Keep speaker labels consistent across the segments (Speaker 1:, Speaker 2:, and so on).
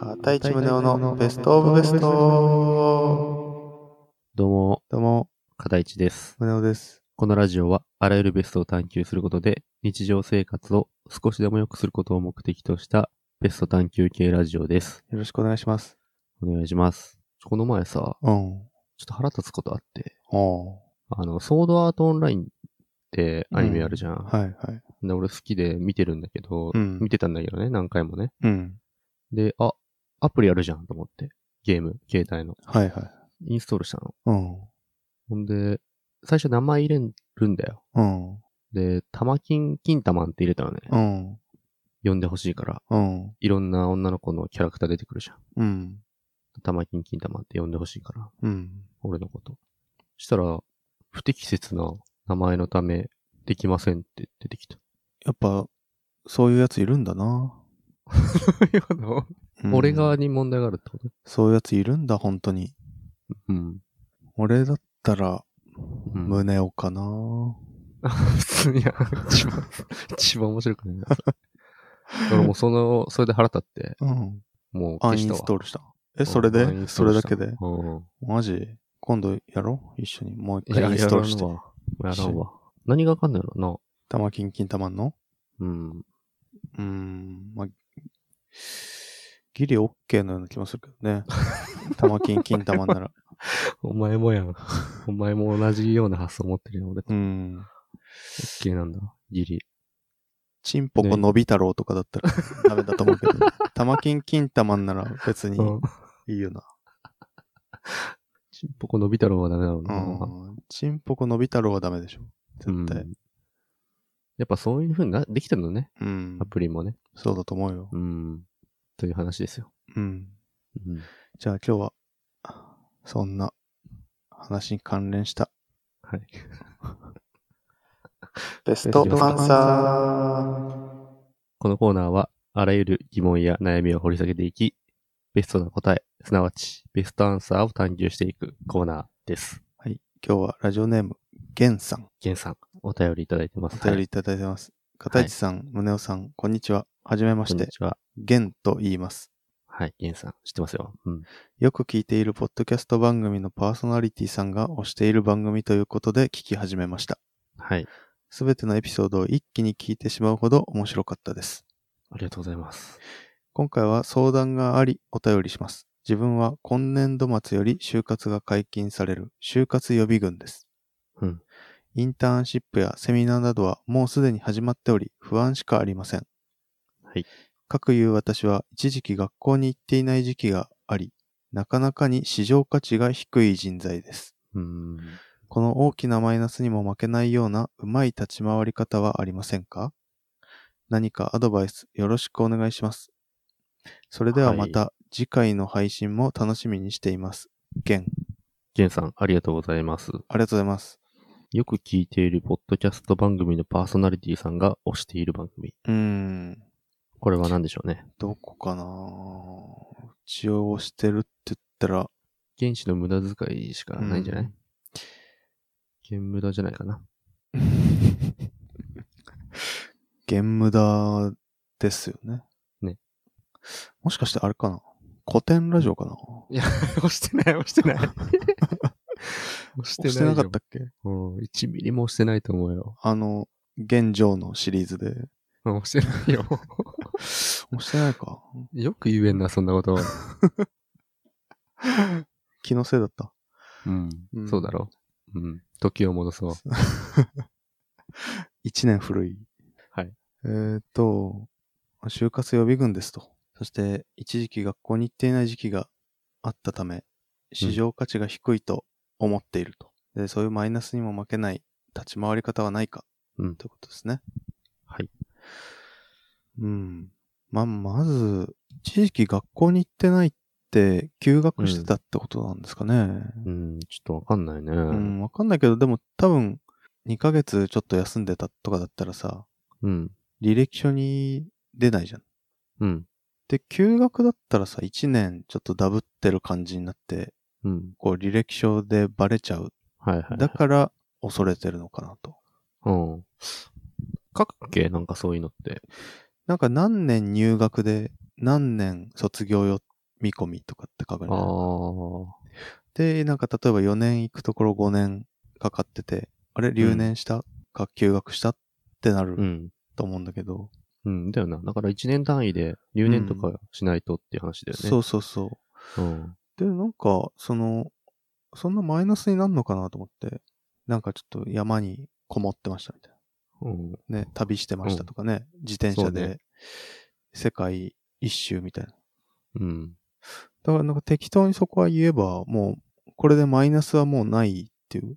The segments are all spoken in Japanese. Speaker 1: 太一宗男のベストオブベスト
Speaker 2: どうも、
Speaker 1: どうも、
Speaker 2: 片市です。
Speaker 1: 宗男です。
Speaker 2: このラジオは、あらゆるベストを探求することで、日常生活を少しでも良くすることを目的とした、ベスト探求系ラジオです。
Speaker 1: よろしくお願いします。
Speaker 2: お願いします。この前さ、
Speaker 1: うん。
Speaker 2: ちょっと腹立つことあって、
Speaker 1: おう
Speaker 2: あの、ソードアートオンラインってアニメあるじゃん。
Speaker 1: はいはい。
Speaker 2: で俺好きで見てるんだけど、
Speaker 1: うん
Speaker 2: 見てたんだけどね、何回もね。
Speaker 1: うん。
Speaker 2: で、あ、アプリあるじゃんと思って、ゲーム、携帯の。
Speaker 1: はいはい。
Speaker 2: インストールした
Speaker 1: う
Speaker 2: の。
Speaker 1: ん。
Speaker 2: ほんで、最初名前入れるんだよ。
Speaker 1: うん。
Speaker 2: で、玉金、金玉って入れたのね。
Speaker 1: うん。
Speaker 2: 呼んでほしいから、
Speaker 1: うん。
Speaker 2: いろんな女の子のキャラクター出てくるじゃん。
Speaker 1: うん。
Speaker 2: 玉金、金玉って呼んでほしいから、
Speaker 1: うん。
Speaker 2: 俺のこと。したら、不適切な名前のため、できませんって出てきた。
Speaker 1: やっぱ、そういうやついるんだな。うん
Speaker 2: 俺側に問題があるってこと
Speaker 1: そういうやついるんだ、本当に。
Speaker 2: うん。
Speaker 1: 俺だったら、
Speaker 2: うん
Speaker 1: 胸をかな。
Speaker 2: あ、普通に、あ 一番、一番面白くないな。それ俺もうその、それで腹立って、
Speaker 1: うん。
Speaker 2: もう
Speaker 1: ア
Speaker 2: 消
Speaker 1: イ
Speaker 2: し
Speaker 1: ン
Speaker 2: た
Speaker 1: ス
Speaker 2: わ。
Speaker 1: トールした。え、それ
Speaker 2: うんアイン
Speaker 1: で
Speaker 2: ス
Speaker 1: そ
Speaker 2: トー
Speaker 1: れ
Speaker 2: ル
Speaker 1: だ
Speaker 2: した
Speaker 1: けで
Speaker 2: うん。
Speaker 1: マジ今度やろう一緒に。もう一
Speaker 2: いや、
Speaker 1: 回イ
Speaker 2: や
Speaker 1: ンストールして
Speaker 2: らん。わ。やらんわ。何がわかんないの
Speaker 1: 玉金金玉んの
Speaker 2: な。うん。
Speaker 1: うーん、まあ、ギリオッケーのような気もするけどね。玉金金玉なら。
Speaker 2: お前もやん。 お前も同じような発想持ってるよ、俺と。
Speaker 1: う
Speaker 2: オッ
Speaker 1: ん。
Speaker 2: ケーなんだ。ギリ。
Speaker 1: チンポコのび太郎とかだったらダメだと思うけど、玉金金玉んなら別 に
Speaker 2: うん。
Speaker 1: いいよな。
Speaker 2: ちんぽこ伸び太郎はダメだろう
Speaker 1: う
Speaker 2: な。
Speaker 1: ん。チンポコのび太郎はダメでしょ。絶対。
Speaker 2: うんやっぱそういう風にな、できてるのね。
Speaker 1: うん
Speaker 2: ア。プリもね。
Speaker 1: そうだと思うよ。
Speaker 2: うん。という話ですよ。
Speaker 1: うん。
Speaker 2: うん。
Speaker 1: じゃあ今日は、そんな話に関連した
Speaker 2: はい。
Speaker 1: ベス
Speaker 2: トアン
Speaker 1: サ
Speaker 2: このコーナーは、あらゆる疑問や悩みを掘り下げていき、ベストな答え、すなわち、ベストアンサーを探求していくコーナーです。
Speaker 1: ー。はい。今日はラジオネーム、ゲンさん。
Speaker 2: ゲンさん、お便りいただいてます。
Speaker 1: お便り
Speaker 2: はい
Speaker 1: ただいてます。片市さん、宗男さん、こんにちは。はじめま
Speaker 2: い、こ
Speaker 1: し
Speaker 2: んに
Speaker 1: て、
Speaker 2: ちは。
Speaker 1: 玄と言います。
Speaker 2: はい、ゲンさん、知ってますよ。うん。
Speaker 1: よく聞いているポッドキャスト番組のパーソナリティさんが推している番組ということで聞き始めました。
Speaker 2: はい、
Speaker 1: すべてのエピソードを一気に聞いてしまうほど面白かったです。
Speaker 2: ありがとうございます。
Speaker 1: 今回は相談がありお便りします。自分は今年度末より就活が解禁される就活予備軍です。
Speaker 2: うん。
Speaker 1: インターンシップやセミナーなどはもうすでに始まっており不安しかありません。
Speaker 2: はい。
Speaker 1: かくいう私は一時期学校に行っていない時期があり、なかなかに市場価値が低い人材です。
Speaker 2: うーん。
Speaker 1: この大きなマイナスにも負けないようなうまい立ち回り方はありませんか何かアドバイスよろしくお願いします。それではまた次回の配信も楽しみにしています。ゲン、
Speaker 2: ゲンさん、ありがとうございます。
Speaker 1: ありがとうございます。
Speaker 2: よく聞いているポッドキャスト番組のパーソナリティさんが推している番組。
Speaker 1: うーん、
Speaker 2: これは何でしょうね。
Speaker 1: どこかなうちをしてるって言ったら、
Speaker 2: 原子の無駄遣いしかないんじゃない、
Speaker 1: うん
Speaker 2: 原無駄じゃないか な。
Speaker 1: ゲンムダですよね。
Speaker 2: ね。
Speaker 1: もしかしてあれかな古典ラジオかない
Speaker 2: や、押してない、押 してない。押して。
Speaker 1: 押してなかったたっけ
Speaker 2: うん、1ミリも押してないと思うよ。
Speaker 1: あの、現状のシリーズで。
Speaker 2: うん押してないよ。
Speaker 1: 押してないか。
Speaker 2: よく言えんな、そんなこと。
Speaker 1: 気のせいだった。
Speaker 2: うん
Speaker 1: うん
Speaker 2: そうだろう。うん。時を戻そう。
Speaker 1: 一年古い。
Speaker 2: はい。
Speaker 1: えーっと、就活予備軍ですと。そして、一時期学校に行っていない時期があったため、市場価値が低いと思っていると。で、そういうマイナスにも負けない立ち回り方はないか。
Speaker 2: うん
Speaker 1: ということですね。
Speaker 2: はい。
Speaker 1: うん。まあ、まず、一時期学校に行ってないって、休学してたってことなんですかね。
Speaker 2: うん、ちょっとわかんないね。う
Speaker 1: うん、わかんないけど、でも多分、2ヶ月ちょっと休んでたとかだったらさ、
Speaker 2: うん。
Speaker 1: 履歴書に出ないじゃん。
Speaker 2: うん。
Speaker 1: で、休学だったらさ、1年ちょっとダブってる感じになって、
Speaker 2: うん。
Speaker 1: こう履歴書でバレちゃう。
Speaker 2: はいはいはい。
Speaker 1: だから、恐れてるのかなと。
Speaker 2: うん。書くっけなんかそういうのって。
Speaker 1: なんか何年入学で、何年卒業よ見込みとかって書く
Speaker 2: あ
Speaker 1: の、
Speaker 2: ー。
Speaker 1: で、なんか例えば4年行くところ5年かかってて、あれ留年したか休学したってな
Speaker 2: う
Speaker 1: る
Speaker 2: ん。
Speaker 1: と思うんだけど、
Speaker 2: うん、だよな。だから1年単位で留年とかしないとっていう話だよね。
Speaker 1: そうそうそう。
Speaker 2: うん。
Speaker 1: で、なんか、その、そんなマイナスになるのかなと思って、なんかちょっと山にこもってましたみたい
Speaker 2: うん。
Speaker 1: な。ね、旅してましたとかね、自転車
Speaker 2: そう
Speaker 1: で
Speaker 2: ね
Speaker 1: 世界一周みたいな。
Speaker 2: うん。
Speaker 1: だからなんか適当にそこは言えば、もう、これでマイナスはもうないっていう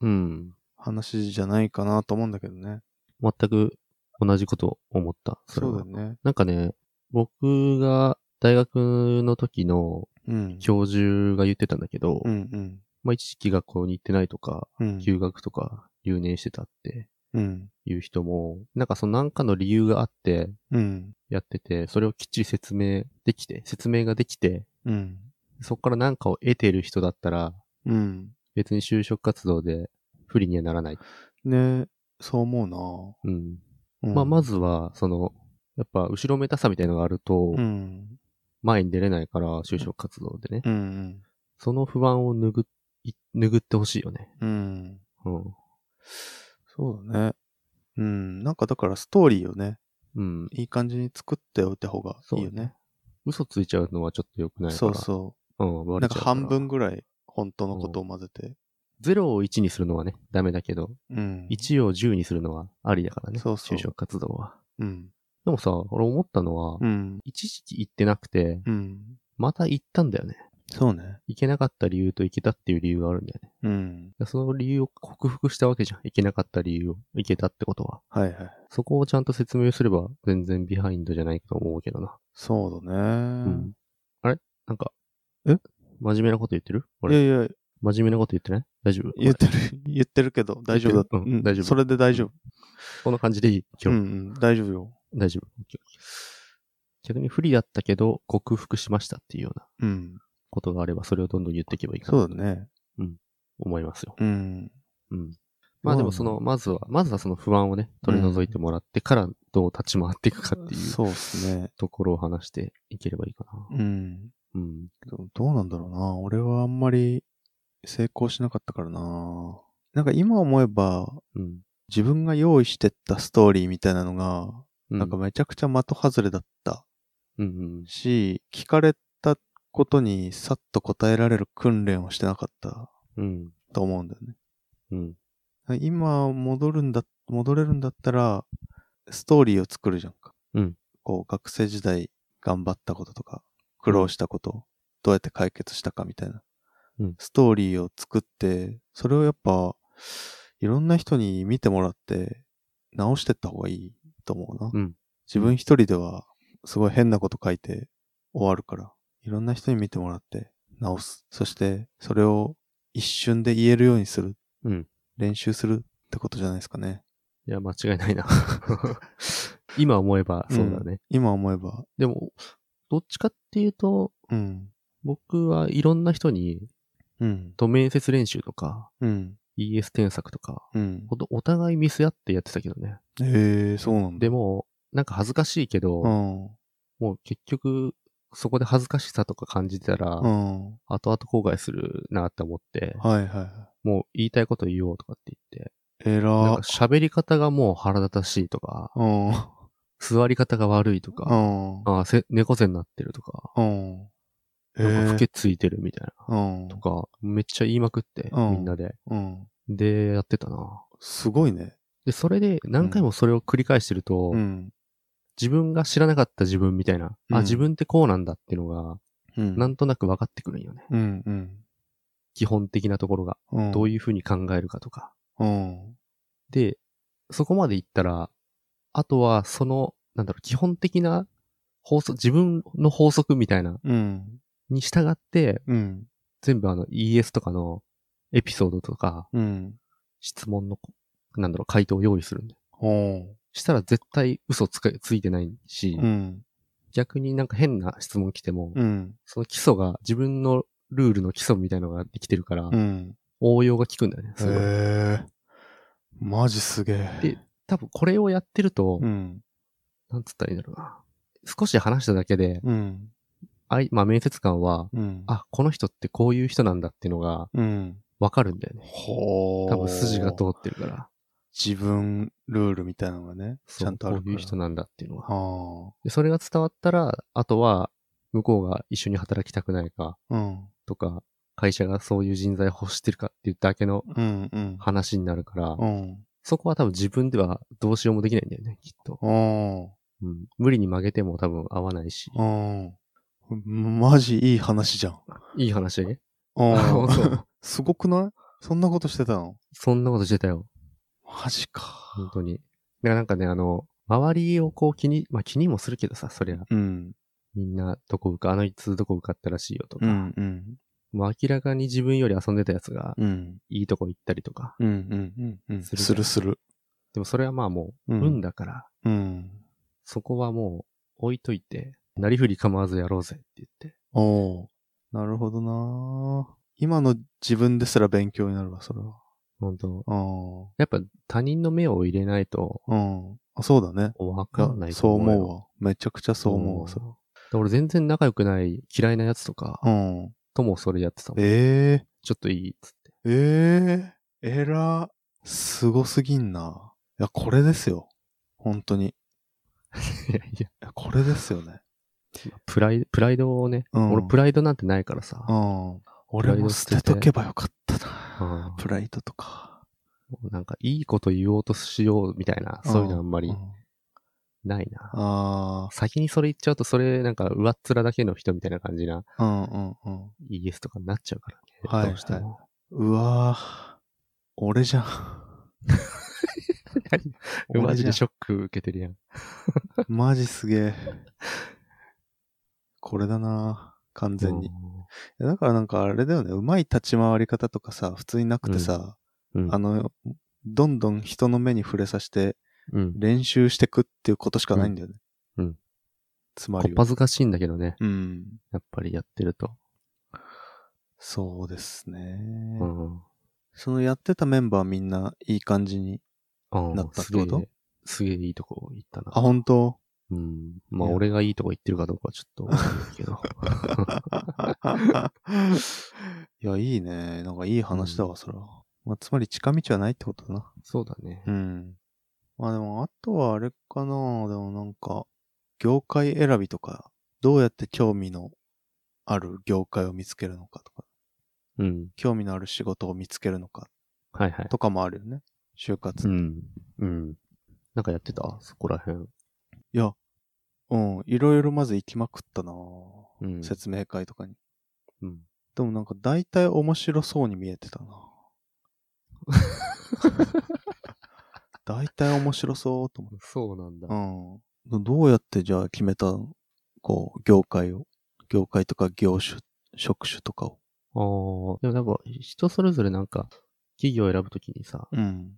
Speaker 2: うん。
Speaker 1: 話じゃないかなと思うんだけどね。
Speaker 2: 全く同じこと思った。れ
Speaker 1: そう
Speaker 2: は
Speaker 1: だよね。
Speaker 2: なんかね、僕が大学の時の
Speaker 1: うん。
Speaker 2: 教授が言ってたんだけど、
Speaker 1: うんうん。
Speaker 2: まあ一時期学校に行ってないとか、
Speaker 1: うん。
Speaker 2: 休学とか留年してたって
Speaker 1: うん。
Speaker 2: いう人も、なんかその何かの理由があって
Speaker 1: うん。
Speaker 2: やってて、それをきっちり説明できて、説明ができて、
Speaker 1: うん。
Speaker 2: そこから何かを得てる人だったら、
Speaker 1: うん。
Speaker 2: 別に就職活動で不利にはならない。
Speaker 1: ねそう思
Speaker 2: うん。
Speaker 1: うな、うん
Speaker 2: まあまずは、その、やっぱ後ろめたさみたいのがあると、
Speaker 1: うん。
Speaker 2: 前に出れないから、就職活動でね。
Speaker 1: うん。うん。
Speaker 2: その不安を拭い、拭ってほしいよね。
Speaker 1: うん。
Speaker 2: うん。
Speaker 1: そうだね。うん。なんかだからストーリーをね、
Speaker 2: うん。
Speaker 1: いい感じに作っておいた方がいいよね。
Speaker 2: 嘘ついちゃうのはちょっと良くないか
Speaker 1: そ
Speaker 2: ら。。
Speaker 1: うそう
Speaker 2: うん、
Speaker 1: う。
Speaker 2: バ
Speaker 1: な
Speaker 2: レ
Speaker 1: ん
Speaker 2: ち
Speaker 1: か
Speaker 2: ゃうから
Speaker 1: 半。分ぐらい本当のことを混ぜて。
Speaker 2: ゼロを1にするのはね、ダメだけど、
Speaker 1: うん。
Speaker 2: 1を10にするのはありだからね。
Speaker 1: そうそう
Speaker 2: 就職活動は。
Speaker 1: うん。
Speaker 2: でもさ、俺思ったのは、
Speaker 1: うん。
Speaker 2: 一時期行ってなくて、
Speaker 1: うん。
Speaker 2: また行ったんだよね。
Speaker 1: そうね。
Speaker 2: 行けなかった理由と行けたっていう理由があるんだよね。
Speaker 1: うん。
Speaker 2: その理由を克服したわけじゃん。行けなかった理由を。行けたってことは。
Speaker 1: はいはい。
Speaker 2: そこをちゃんと説明すれば全然ビハインドじゃないと思うけどな。
Speaker 1: そうだね。
Speaker 2: うんあれなんか。
Speaker 1: え
Speaker 2: 真面目なこと言ってる
Speaker 1: いや
Speaker 2: 俺、
Speaker 1: いや、
Speaker 2: 真面目なこと言ってない大丈夫
Speaker 1: 言ってる、 言ってるけど、大丈夫だ。
Speaker 2: 言ってるうん大丈夫
Speaker 1: それで大丈夫。
Speaker 2: こんな感じでいい今
Speaker 1: うん
Speaker 2: 日、
Speaker 1: うん、大丈夫よ。
Speaker 2: 大丈夫。OK 逆に不利だったけど、克服しましたっていうような
Speaker 1: うん。
Speaker 2: ことがあれば、それをどんどん言っていけばいいか
Speaker 1: そ
Speaker 2: な
Speaker 1: う
Speaker 2: と
Speaker 1: だね。
Speaker 2: 思いますよ。
Speaker 1: うん。
Speaker 2: うん。まあでもそ
Speaker 1: そ
Speaker 2: の、まずは、まずはその不安をね、取り除いてもらってから、どう立ち回っていくかっていう
Speaker 1: そうですね。
Speaker 2: ところを話していければいいかな。
Speaker 1: うん。
Speaker 2: うん。
Speaker 1: けどどうなんだろうな。俺はあんまり成功しなかったからな。なんか今思えば、
Speaker 2: うん。
Speaker 1: 自分が用意してったストーリーみたいなのが、
Speaker 2: う
Speaker 1: なんか、めちゃくちゃ的外れだった
Speaker 2: うんうん。
Speaker 1: し、聞かれたことにさっと答えられる訓練をしてなかった
Speaker 2: うん。
Speaker 1: と思うんだよね。
Speaker 2: うん。
Speaker 1: 今戻るんだ、戻れるんだったら、ストーリーを作るじゃんか。
Speaker 2: うん
Speaker 1: こう、学生時代頑張ったこととか、苦労したことをどうやって解決したかみたいな。
Speaker 2: うん
Speaker 1: ストーリーを作って、それをやっぱ、いろんな人に見てもらって、直してった方がいいと思うな。
Speaker 2: うん
Speaker 1: 自分一人では、すごい変なこと書いて終わるから、いろんな人に見てもらって、直す。そして、それを一瞬で言えるようにする。
Speaker 2: うん
Speaker 1: 練習するってことじゃないですかね。
Speaker 2: いや、間違いないな。 今思えばそうだね。
Speaker 1: 今思えば。
Speaker 2: でも、どっちかっていうと、
Speaker 1: うん。
Speaker 2: 僕はいろんな人に、
Speaker 1: うん。
Speaker 2: と面接練習とか、
Speaker 1: うん。
Speaker 2: ES 添削とか、
Speaker 1: うん
Speaker 2: ほ。んとお互いミスやってやってたけどね。
Speaker 1: へえー、そうなんだ。
Speaker 2: でも、なんか恥ずかしいけど、
Speaker 1: うん。
Speaker 2: もう結局、そこで恥ずかしさとか感じてたら、
Speaker 1: うん。
Speaker 2: 後々後悔するなって思って、
Speaker 1: はいは
Speaker 2: もう言いたいこと言おうとかって言って、
Speaker 1: い。え
Speaker 2: なん
Speaker 1: ら
Speaker 2: か。喋り方がもう腹立たしいとか、
Speaker 1: うん。
Speaker 2: 座り方が悪いと
Speaker 1: う
Speaker 2: か、
Speaker 1: ん。
Speaker 2: あせ猫背になってるとか、
Speaker 1: うん。え
Speaker 2: なんか、
Speaker 1: ー
Speaker 2: 老けついてるみたいな。
Speaker 1: うん
Speaker 2: と。か、めっちゃ言いまくって、
Speaker 1: うん
Speaker 2: みんなで。
Speaker 1: うん。
Speaker 2: で、やってたな。
Speaker 1: すごいね。
Speaker 2: で、それで何回もそれを繰り返してると、
Speaker 1: うん。
Speaker 2: 自分が知らなかった自分みたいな、
Speaker 1: うん
Speaker 2: あ、自分ってこうなんだっていうのが、
Speaker 1: うん。
Speaker 2: なんとなく分かってくるんよね。
Speaker 1: うん。うん。
Speaker 2: 基本的なところが、
Speaker 1: うん。
Speaker 2: どう
Speaker 1: い
Speaker 2: いうふうに考えるかとか。
Speaker 1: うん。
Speaker 2: で、そこまでいったら、あとはその、なんだろう、基本的な法則、自分の法則みたいな、
Speaker 1: うん。
Speaker 2: に従って、
Speaker 1: うん。
Speaker 2: 全部あの ES とかのエピソードとか、
Speaker 1: うん。
Speaker 2: 質問の、なんだろう、回答を用意するんだよ。
Speaker 1: うん。
Speaker 2: したら絶対嘘つかついてないし、
Speaker 1: うん。
Speaker 2: 逆になんか変な質問来ても、
Speaker 1: うん。
Speaker 2: その基礎が自分のルールの基礎みたいのができてるから、
Speaker 1: うん。
Speaker 2: 応用が効くんだよね。
Speaker 1: へ
Speaker 2: すごい
Speaker 1: え。マジすげえ。
Speaker 2: で多分これをやってると、
Speaker 1: うん。
Speaker 2: なんつったらいいんだろうな。少し話しただけで、
Speaker 1: うん。
Speaker 2: あい、まあ面接官は、
Speaker 1: うん。
Speaker 2: あ、この人ってこういう人なんだっていうのが
Speaker 1: うん。
Speaker 2: わかるんだよね。
Speaker 1: ほー
Speaker 2: 多分筋が通ってるから。
Speaker 1: 自分ルールみたいなのがね、
Speaker 2: そ
Speaker 1: ち
Speaker 2: う
Speaker 1: ゃんとある
Speaker 2: こ
Speaker 1: か
Speaker 2: う
Speaker 1: ら。
Speaker 2: いう人なんだっていうのは。
Speaker 1: は
Speaker 2: で、それが伝わったら、あとは、向こうが一緒に働きたくないか
Speaker 1: あ。うん。
Speaker 2: とか、会社がそういう人材を欲してるかっていうだけの
Speaker 1: うんうん。
Speaker 2: 話になるから、
Speaker 1: うん。
Speaker 2: そこは多分自分ではどうしようもできないんだよね、きっと。
Speaker 1: うん。
Speaker 2: うん、無理に曲げても多分合わないし、
Speaker 1: うん。マジいい話じゃん。
Speaker 2: いい話だね。
Speaker 1: う
Speaker 2: そ
Speaker 1: ん。
Speaker 2: う
Speaker 1: すごくないそんなことしてたの
Speaker 2: そんなことしてたよ、
Speaker 1: マジか。
Speaker 2: 本当に。だからなんかね、あの、周りをこう気に、まあ気にもするけどさ、そりゃ、
Speaker 1: うん。
Speaker 2: みんなどこ受か、あのいつどこ受かったらしいよとか、
Speaker 1: うんうん。
Speaker 2: もう明らかに自分より遊んでたやつが、
Speaker 1: うん。
Speaker 2: いいとこ行ったりとか、
Speaker 1: うんうんうんうん。
Speaker 2: す
Speaker 1: す
Speaker 2: る
Speaker 1: るする。
Speaker 2: でもそれはまあもう、
Speaker 1: うん
Speaker 2: 運だから、
Speaker 1: うん。
Speaker 2: そこはもう置いといて、なりふり構わずやろうぜって言って。
Speaker 1: おーなるほどなー今の自分ですら勉強になるわ、それは。
Speaker 2: 本当
Speaker 1: あ
Speaker 2: やっぱ他人の目を入れないと、
Speaker 1: あ。うん。あそうだね。
Speaker 2: わかんない
Speaker 1: そ
Speaker 2: と
Speaker 1: う
Speaker 2: 思うよ。
Speaker 1: 思うわ。めちゃくちゃそう思うわ、それ
Speaker 2: んで俺全然仲良くない嫌いなやつとか、
Speaker 1: うん。
Speaker 2: ともそれやってたもん。
Speaker 1: え
Speaker 2: ちょっといいっつって。
Speaker 1: ええええら。すごすぎんな。いや、これですよ。本当に。い
Speaker 2: いや いや、
Speaker 1: や、これですよね。
Speaker 2: プライド、プライドをね、
Speaker 1: うん
Speaker 2: 俺プライドなんてないからさ
Speaker 1: う、ん。俺も捨てとけばよかったな。
Speaker 2: うん
Speaker 1: プライドとか。
Speaker 2: なんかいいこと言おうとしようみたいな、そういうのあんまり
Speaker 1: うん
Speaker 2: ないな。
Speaker 1: あ
Speaker 2: 先にそれ言っちゃうと、それなんか上っ面だけの人みたいな感じな
Speaker 1: あ、うんうんうん。
Speaker 2: ES とかになっちゃうからね。
Speaker 1: はい
Speaker 2: どうしても。
Speaker 1: うわぁ、俺じゃん。
Speaker 2: マジでシ
Speaker 1: ょ。
Speaker 2: ョック受けてるやん。
Speaker 1: マジすげえ。これだなぁ完全に。いやだからなんかあれだよね、うまい立ち回り方とかさ、普通になくてさ、
Speaker 2: うん。うん
Speaker 1: あの、どんどん人の目に触れさせて
Speaker 2: うん。
Speaker 1: 練習してくっていうことしかないんだよね。
Speaker 2: うんうん
Speaker 1: つま
Speaker 2: こ
Speaker 1: り
Speaker 2: っ
Speaker 1: は。
Speaker 2: ぱずかしいんだけどね。
Speaker 1: うん。
Speaker 2: やっぱりやってると。
Speaker 1: そうですね。
Speaker 2: うん。
Speaker 1: そのやってたメンバーみんないい感じに。
Speaker 2: うん
Speaker 1: なったっ
Speaker 2: す
Speaker 1: て
Speaker 2: げえ
Speaker 1: こと、
Speaker 2: すげえいいとこ行ったな。
Speaker 1: あ、本 当
Speaker 2: うん。まあ、
Speaker 1: いや
Speaker 2: 俺がいいとこ行ってるかどうかはちょっとわかんないけ
Speaker 1: い
Speaker 2: ど。
Speaker 1: や、いいね。なんかいい話だわ、それは。まあ、つまり近道はないってことだな。
Speaker 2: そうだね。
Speaker 1: うん。まあでも、あとはあれかな。でもなんか、業界選びとか、どうやって興味のある業界を見つけるのかとか、
Speaker 2: うん。
Speaker 1: 興味のある仕事を見つけるのか
Speaker 2: はいはい。
Speaker 1: とかもあるよね。就活。
Speaker 2: うん。うん。なんかやってたそこら辺。
Speaker 1: いや、うん、いろいろまず行きまくったな。
Speaker 2: うん。
Speaker 1: 説明会とかに。
Speaker 2: うん。
Speaker 1: でもなんか大体面白そうに見えてたな。大体面白そうと思って
Speaker 2: そうなんだ。
Speaker 1: うん。どうやってじゃあ決めたのこう、業界を。業界とか業種、職種とかを。
Speaker 2: あーでもなんか、人それぞれなんか、企業を選ぶときにさ、
Speaker 1: うん。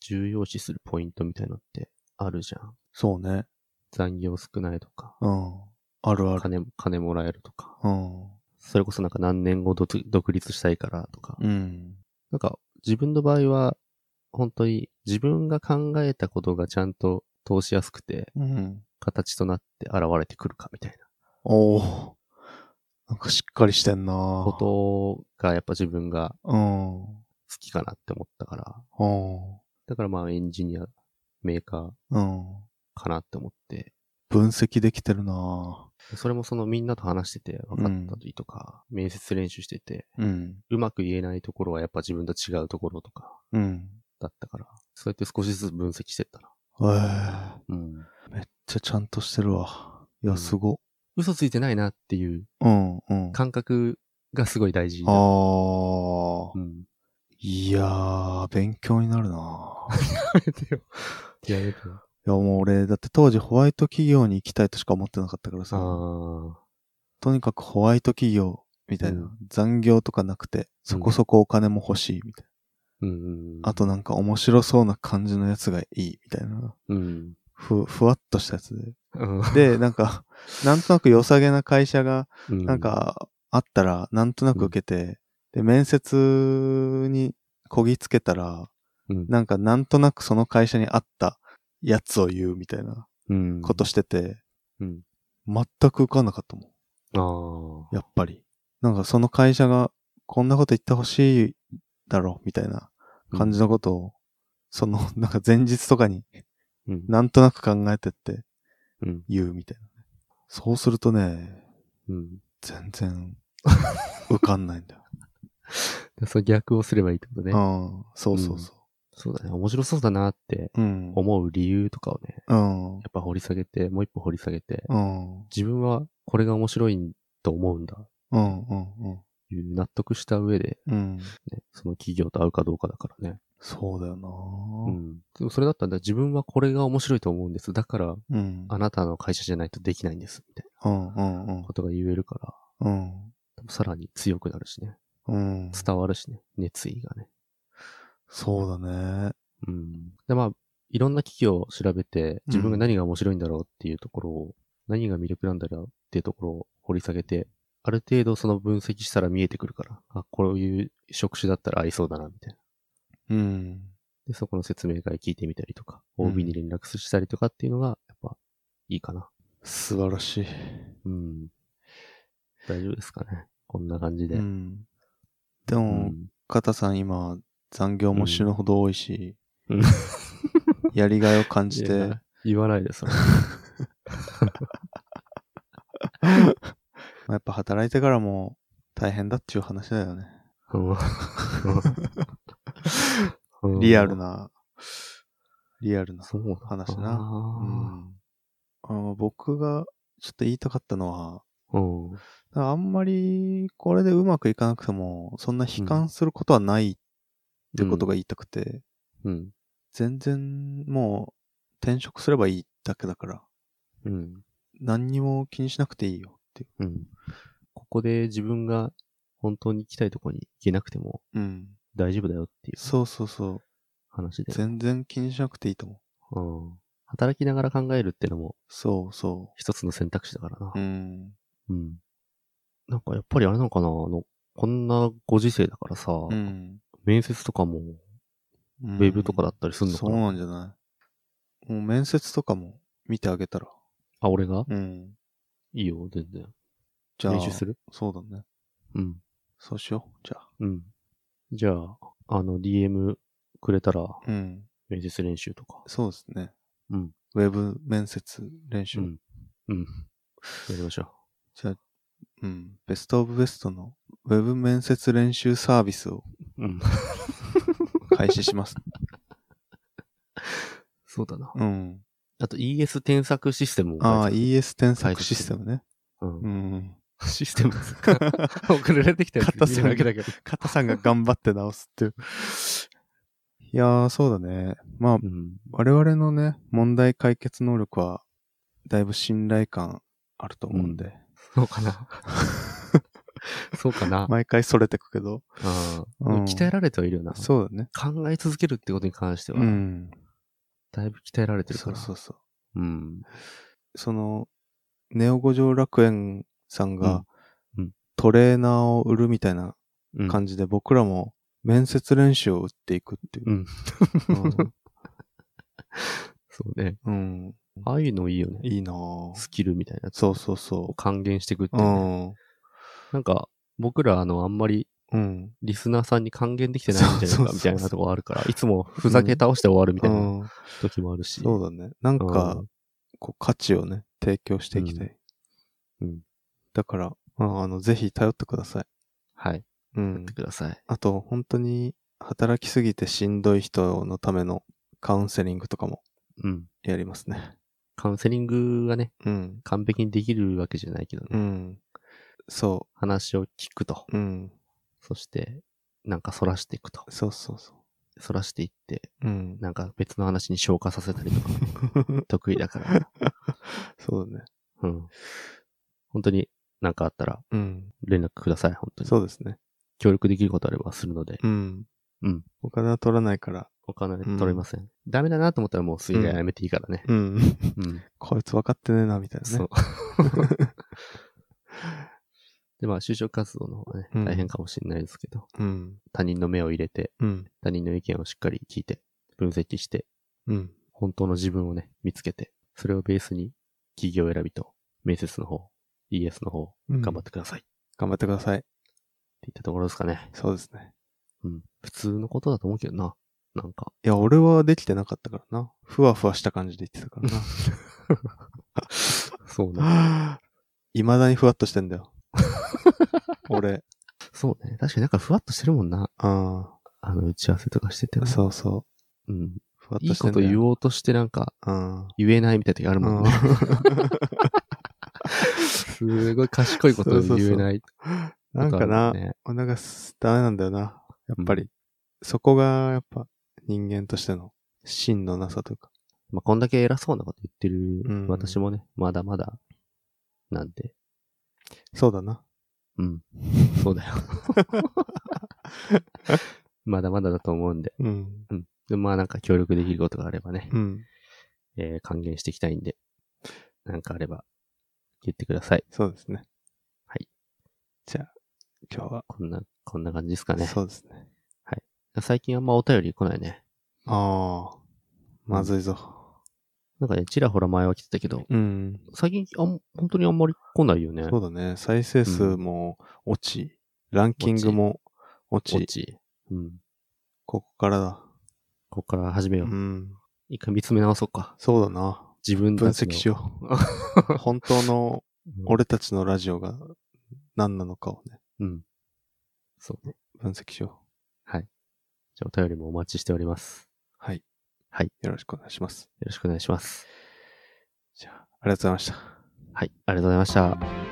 Speaker 2: 重要視するポイントみたいのってあるじゃん。
Speaker 1: そうね。
Speaker 2: 残業少ないとか、
Speaker 1: うん。あるある。
Speaker 2: 金、金もらえるとか、
Speaker 1: うん。
Speaker 2: それこそなんか何年後独独立したいからとか、
Speaker 1: うん。
Speaker 2: なんか自分の場合は、本当に自分が考えたことがちゃんと通しやすくて、
Speaker 1: うん。
Speaker 2: 形となって現れてくるかみたいな
Speaker 1: おーなんかしっかりしてんなぁ
Speaker 2: ことがやっぱ自分が
Speaker 1: うん。
Speaker 2: 好きかなって思ったから、
Speaker 1: うん。
Speaker 2: だからまあエンジニア、メーカー
Speaker 1: うん。
Speaker 2: かなって思って、
Speaker 1: 分析できてるな
Speaker 2: それもそのみんなと話してて分かったりとか、面接練習してて、
Speaker 1: ぁうん。
Speaker 2: うまく言えないところはやっぱ自分と違うところとか
Speaker 1: うん。
Speaker 2: だったから、そうやって少しずつ分析してったな。
Speaker 1: えー、
Speaker 2: うん。
Speaker 1: めっちゃちゃんとしてるわ。いうや、
Speaker 2: ん
Speaker 1: すご。
Speaker 2: 嘘ついてないなっていう
Speaker 1: うん、うん。あ
Speaker 2: 感覚がすごい大事
Speaker 1: あ
Speaker 2: だ。
Speaker 1: ー
Speaker 2: う。ん。
Speaker 1: いやー、勉強になるなぁ
Speaker 2: やめてよ。やめてよ。
Speaker 1: いや、もう俺、だって当時ホワイト企業に行きたいとしか思ってなかったから
Speaker 2: あ
Speaker 1: さ、とにかくホワイト企業みたいな、
Speaker 2: うん
Speaker 1: 残業とかなくて、そこそこお金も欲しいみたいな。
Speaker 2: ーうん。
Speaker 1: あ、となんか面白そうな感じのやつがいいみたいな。
Speaker 2: うん。
Speaker 1: ふ、ふわっとしたやつで。
Speaker 2: うん
Speaker 1: で、なんか、なんとなく良さげな会社が、
Speaker 2: う
Speaker 1: なん、か、あったら、なんとなく受けて、で、面接にこぎつけたら、
Speaker 2: うん。
Speaker 1: なんか、なんとなくその会社に合ったやつを言うみたいな
Speaker 2: うん
Speaker 1: ことしてて、
Speaker 2: うん。
Speaker 1: 全く受かんなかったもん。
Speaker 2: ああ。
Speaker 1: やっぱり。なんかその会社がこんなこと言ってほしいだろ、みたいな感じのことを、その、なんか前日とかに
Speaker 2: うん。
Speaker 1: なんとなく考えてって
Speaker 2: うん。
Speaker 1: 言うみたいなね。そうするとね、
Speaker 2: うん。
Speaker 1: 全然受かんないんだよ。
Speaker 2: その逆をすればいいってこと ね。
Speaker 1: うん。そうそうそ
Speaker 2: そうだね。面白そうだなって
Speaker 1: う。うん。
Speaker 2: 思う理由とかをね、
Speaker 1: うん。
Speaker 2: やっぱ掘り下げて、もう一歩掘り下げて、
Speaker 1: うん。
Speaker 2: 自分はこれが面白いと思うんだ、
Speaker 1: うん。うん。
Speaker 2: いう納得した上で、
Speaker 1: うん。
Speaker 2: ね、その企業と合うかどうかだからね。
Speaker 1: そうだよな
Speaker 2: うん。でもそれだったら、自分はこれが面白いと思うんです。だから、
Speaker 1: うん。
Speaker 2: あなたの会社じゃないとできないんです。みたい
Speaker 1: うん。うん。うん
Speaker 2: なことが言えるか
Speaker 1: う
Speaker 2: ら、
Speaker 1: ん。
Speaker 2: 多分さらに強くなるしね。
Speaker 1: うん。
Speaker 2: 伝わるしね。熱意がね。
Speaker 1: そうだね。
Speaker 2: うん。で、まあ、いろんな企業を調べて、自分が何が面白いんだろうっていうところを、何が魅力なんだろうっていうところを掘り下げて、ある程度その分析したら見えてくるから、あ、こういう職種だったら合いそうだな、みたいな。
Speaker 1: うん。
Speaker 2: で、そこの説明会聞いてみたりとか、
Speaker 1: うん
Speaker 2: OB に連絡したりとかっていうのが、やっぱ、いいかな。
Speaker 1: 素晴らしい。
Speaker 2: うん。大丈夫ですかね。こんな感じで。
Speaker 1: うん。で
Speaker 2: う
Speaker 1: も、
Speaker 2: ん。
Speaker 1: カタさん今、残業も死ぬほど多いし、
Speaker 2: うん
Speaker 1: やりがいを感じ
Speaker 2: い
Speaker 1: て
Speaker 2: や、言わないで、それ。
Speaker 1: まあやっぱ働いてからも大変だっていう話だよね。
Speaker 2: うん
Speaker 1: リアル。な、リアルな
Speaker 2: そうだ
Speaker 1: 話な。うん、あの僕がちょっと言いたかったのは、
Speaker 2: うん。うん。
Speaker 1: あんまりこれでうまくいかなくても、そんな悲観することはないってことが言いたくて、
Speaker 2: うん。
Speaker 1: 全然もう転職すればいいだけだから、
Speaker 2: うん。
Speaker 1: 何にも気にしなくていいよっていう。
Speaker 2: うん。ここで自分が本当に行きたいとこに行けなくても
Speaker 1: うん。
Speaker 2: 大丈夫だよっていう
Speaker 1: そうそうそう。
Speaker 2: 話で。
Speaker 1: 全然気にしなくていいと思う。
Speaker 2: うん。働きながら考えるってのも
Speaker 1: そうそ
Speaker 2: 一つの選択肢だからな
Speaker 1: う。う。ん。
Speaker 2: うん。なんかやっぱりあれなのかなあの、こんなご時世だからさ、
Speaker 1: うん。
Speaker 2: 面接とかも
Speaker 1: ウ
Speaker 2: ウェブとかだったりすんのか
Speaker 1: そう
Speaker 2: な、
Speaker 1: なんじゃないもう面接とかも見てあげたら。
Speaker 2: あ、俺が
Speaker 1: うん。
Speaker 2: いいよ、全然。
Speaker 1: じゃあ、
Speaker 2: 練習する
Speaker 1: そうだね。
Speaker 2: うん。
Speaker 1: そうしよう。じゃあ。
Speaker 2: うん。じゃあ、あの、DM くれたら
Speaker 1: うん。
Speaker 2: 面接練習とか。
Speaker 1: そうですね。
Speaker 2: うん。
Speaker 1: ウェブ面接練習。
Speaker 2: う
Speaker 1: うん。
Speaker 2: ん。うん。やりましょう。
Speaker 1: ベストオブベストのウェブ面接練習サービスを
Speaker 2: うん。
Speaker 1: 開始します。
Speaker 2: そうだな。
Speaker 1: うん。
Speaker 2: あと ES 添削システムを
Speaker 1: ああ、
Speaker 2: い。
Speaker 1: ES 添削システムね。
Speaker 2: うん
Speaker 1: うん。
Speaker 2: システムですか 送られてきたやつ
Speaker 1: 片
Speaker 2: 見
Speaker 1: 隅
Speaker 2: るだけだけど。
Speaker 1: カタさんが頑張って直すっていう。いやー、そうだね。まあ、
Speaker 2: うん。
Speaker 1: 我々のね、問題解決能力は、だいぶ信頼感あると思うんで、
Speaker 2: そうか な。そうかな。
Speaker 1: 毎回それてくけど。
Speaker 2: うん
Speaker 1: うん
Speaker 2: 鍛えられてはいるよな。
Speaker 1: そうだね。
Speaker 2: 考え続けるってことに関しては
Speaker 1: う、ん。
Speaker 2: だいぶ鍛えられてるか
Speaker 1: そう
Speaker 2: ら。
Speaker 1: そううそう。
Speaker 2: ん。
Speaker 1: その、ネオ五条楽園さんが、
Speaker 2: うんうん
Speaker 1: トレーナーを売るみたいな
Speaker 2: うん。
Speaker 1: 感じで、僕らも面接練習を打っていくっていう。
Speaker 2: うんそうね。
Speaker 1: うん。
Speaker 2: ああいうのいいよね。
Speaker 1: いいなぁ。
Speaker 2: スキルみたいなやつ
Speaker 1: そうそうそ
Speaker 2: を還元していくって
Speaker 1: う。
Speaker 2: いううね。
Speaker 1: ん。
Speaker 2: なんか、僕ら、あの、あんまり
Speaker 1: うん。
Speaker 2: リスナーさんに還元できてないんじゃ
Speaker 1: そう
Speaker 2: な
Speaker 1: そうそ
Speaker 2: いか
Speaker 1: う
Speaker 2: みたいなとこあるから、いつもふざけ倒して終わるみたいな
Speaker 1: うん
Speaker 2: 時もあるし。
Speaker 1: そうだね。なん
Speaker 2: う
Speaker 1: か
Speaker 2: ん、
Speaker 1: こう、価値をね、提供していきたい。
Speaker 2: うんうん
Speaker 1: だから、うんあの、ぜひ頼ってください。
Speaker 2: はい。
Speaker 1: う
Speaker 2: やっ
Speaker 1: ん
Speaker 2: て。ください。
Speaker 1: あと、本当に、働きすぎてしんどい人のためのカウンセリングとかも
Speaker 2: うん。
Speaker 1: やりますね。
Speaker 2: カウンセリングがね、
Speaker 1: うん。
Speaker 2: 完璧にできるわけじゃないけどね。
Speaker 1: うん。そ
Speaker 2: 話を聞くと。
Speaker 1: う。うん。
Speaker 2: そして、なんか反らしていくと。
Speaker 1: そうそうそ
Speaker 2: 反らしていって、
Speaker 1: う。うん。
Speaker 2: なんか別の話に消化させたりとか、 得意だから。
Speaker 1: そうだね。
Speaker 2: うん。本当になんかあったら
Speaker 1: うん。
Speaker 2: 連絡ください、本当に。
Speaker 1: そうですね。
Speaker 2: 協力できることあればするので、
Speaker 1: うん。
Speaker 2: うん。
Speaker 1: お金は取らないから。
Speaker 2: お金取れません。ダメだなと思ったらもう水害やめていいからね。
Speaker 1: うん。
Speaker 2: うん。
Speaker 1: こいつ分かってねえな、みたいなね。
Speaker 2: そう。で、まあ、就職活動の方がね、
Speaker 1: うん
Speaker 2: 大変かもしれないですけど、
Speaker 1: うん。
Speaker 2: 他人の目を入れて、
Speaker 1: うん。
Speaker 2: 他人の意見をしっかり聞いて、分析して、
Speaker 1: うん。
Speaker 2: 本当の自分をね、見つけて、それをベースに、企業選びと面接の方、 ES の方、
Speaker 1: うん
Speaker 2: 頑張ってください。って
Speaker 1: 頑張ってください。
Speaker 2: 言ったところですかね。
Speaker 1: そうですね。
Speaker 2: うん。普通のことだと思うけどな。なんか。
Speaker 1: いや、俺はできてなかったからな。ふわふわした感じで言ってたから
Speaker 2: そうね。
Speaker 1: な。未だにふわっとしてんだよ。俺。
Speaker 2: そうね。確かになんかふわっとしてるもんな。
Speaker 1: あ
Speaker 2: あの、打ち合わせとかしてて
Speaker 1: あ、
Speaker 2: も。
Speaker 1: そうそう。
Speaker 2: う。うん。
Speaker 1: ふわっ
Speaker 2: い
Speaker 1: と
Speaker 2: い
Speaker 1: して
Speaker 2: こ
Speaker 1: ん
Speaker 2: と
Speaker 1: だよ。
Speaker 2: 言おうとしてなんか、
Speaker 1: うん。
Speaker 2: 言えないみたいな時あるもんね。すごい賢いことを言えない。
Speaker 1: なんかな、
Speaker 2: ね、
Speaker 1: なんかすダメなんだよな。やっぱり。そこが、やっぱ、人間としての真のなさというか。
Speaker 2: まあ、こんだけ偉そうなこと言って
Speaker 1: うん
Speaker 2: る私もね、まだまだ、なんで。
Speaker 1: そうだな。
Speaker 2: うん。そうだよ。 まだまだだと思うんで。
Speaker 1: うん。
Speaker 2: でまあなんか協力できることがあればね、
Speaker 1: うん。
Speaker 2: えー還元していきたいんで、なんかあれば、言ってください。
Speaker 1: そうですね。
Speaker 2: はい。
Speaker 1: じゃあ、今日は、
Speaker 2: こんな、こんな感じですかね。
Speaker 1: そうですね。
Speaker 2: 最近あんまお便り来ないね。
Speaker 1: ああ、まずいぞ。
Speaker 2: なんかね、ちらほら前は来てたけど、
Speaker 1: うん。
Speaker 2: 最近あん、本当にあんまり来ないよね。
Speaker 1: そうだね。再生数も落ち、ランキングも落ち、
Speaker 2: 落ち。うん。
Speaker 1: ここからだ。
Speaker 2: ここから始め
Speaker 1: う
Speaker 2: よう。
Speaker 1: ん。
Speaker 2: 一回見つめ直そうか。
Speaker 1: そうだな。
Speaker 2: 自分
Speaker 1: 分
Speaker 2: たちの
Speaker 1: 析しよ う。本当の
Speaker 2: うん
Speaker 1: 俺たちのラジオが何なのかをね、
Speaker 2: うん。そうね。
Speaker 1: 分析しよ
Speaker 2: じゃあお便りもお待ちしております。
Speaker 1: う。はい。
Speaker 2: はい。
Speaker 1: よろしくお願いします。
Speaker 2: よろしくお願いします。
Speaker 1: じゃあ、ありがとうございました。
Speaker 2: はい。ありがとうございました。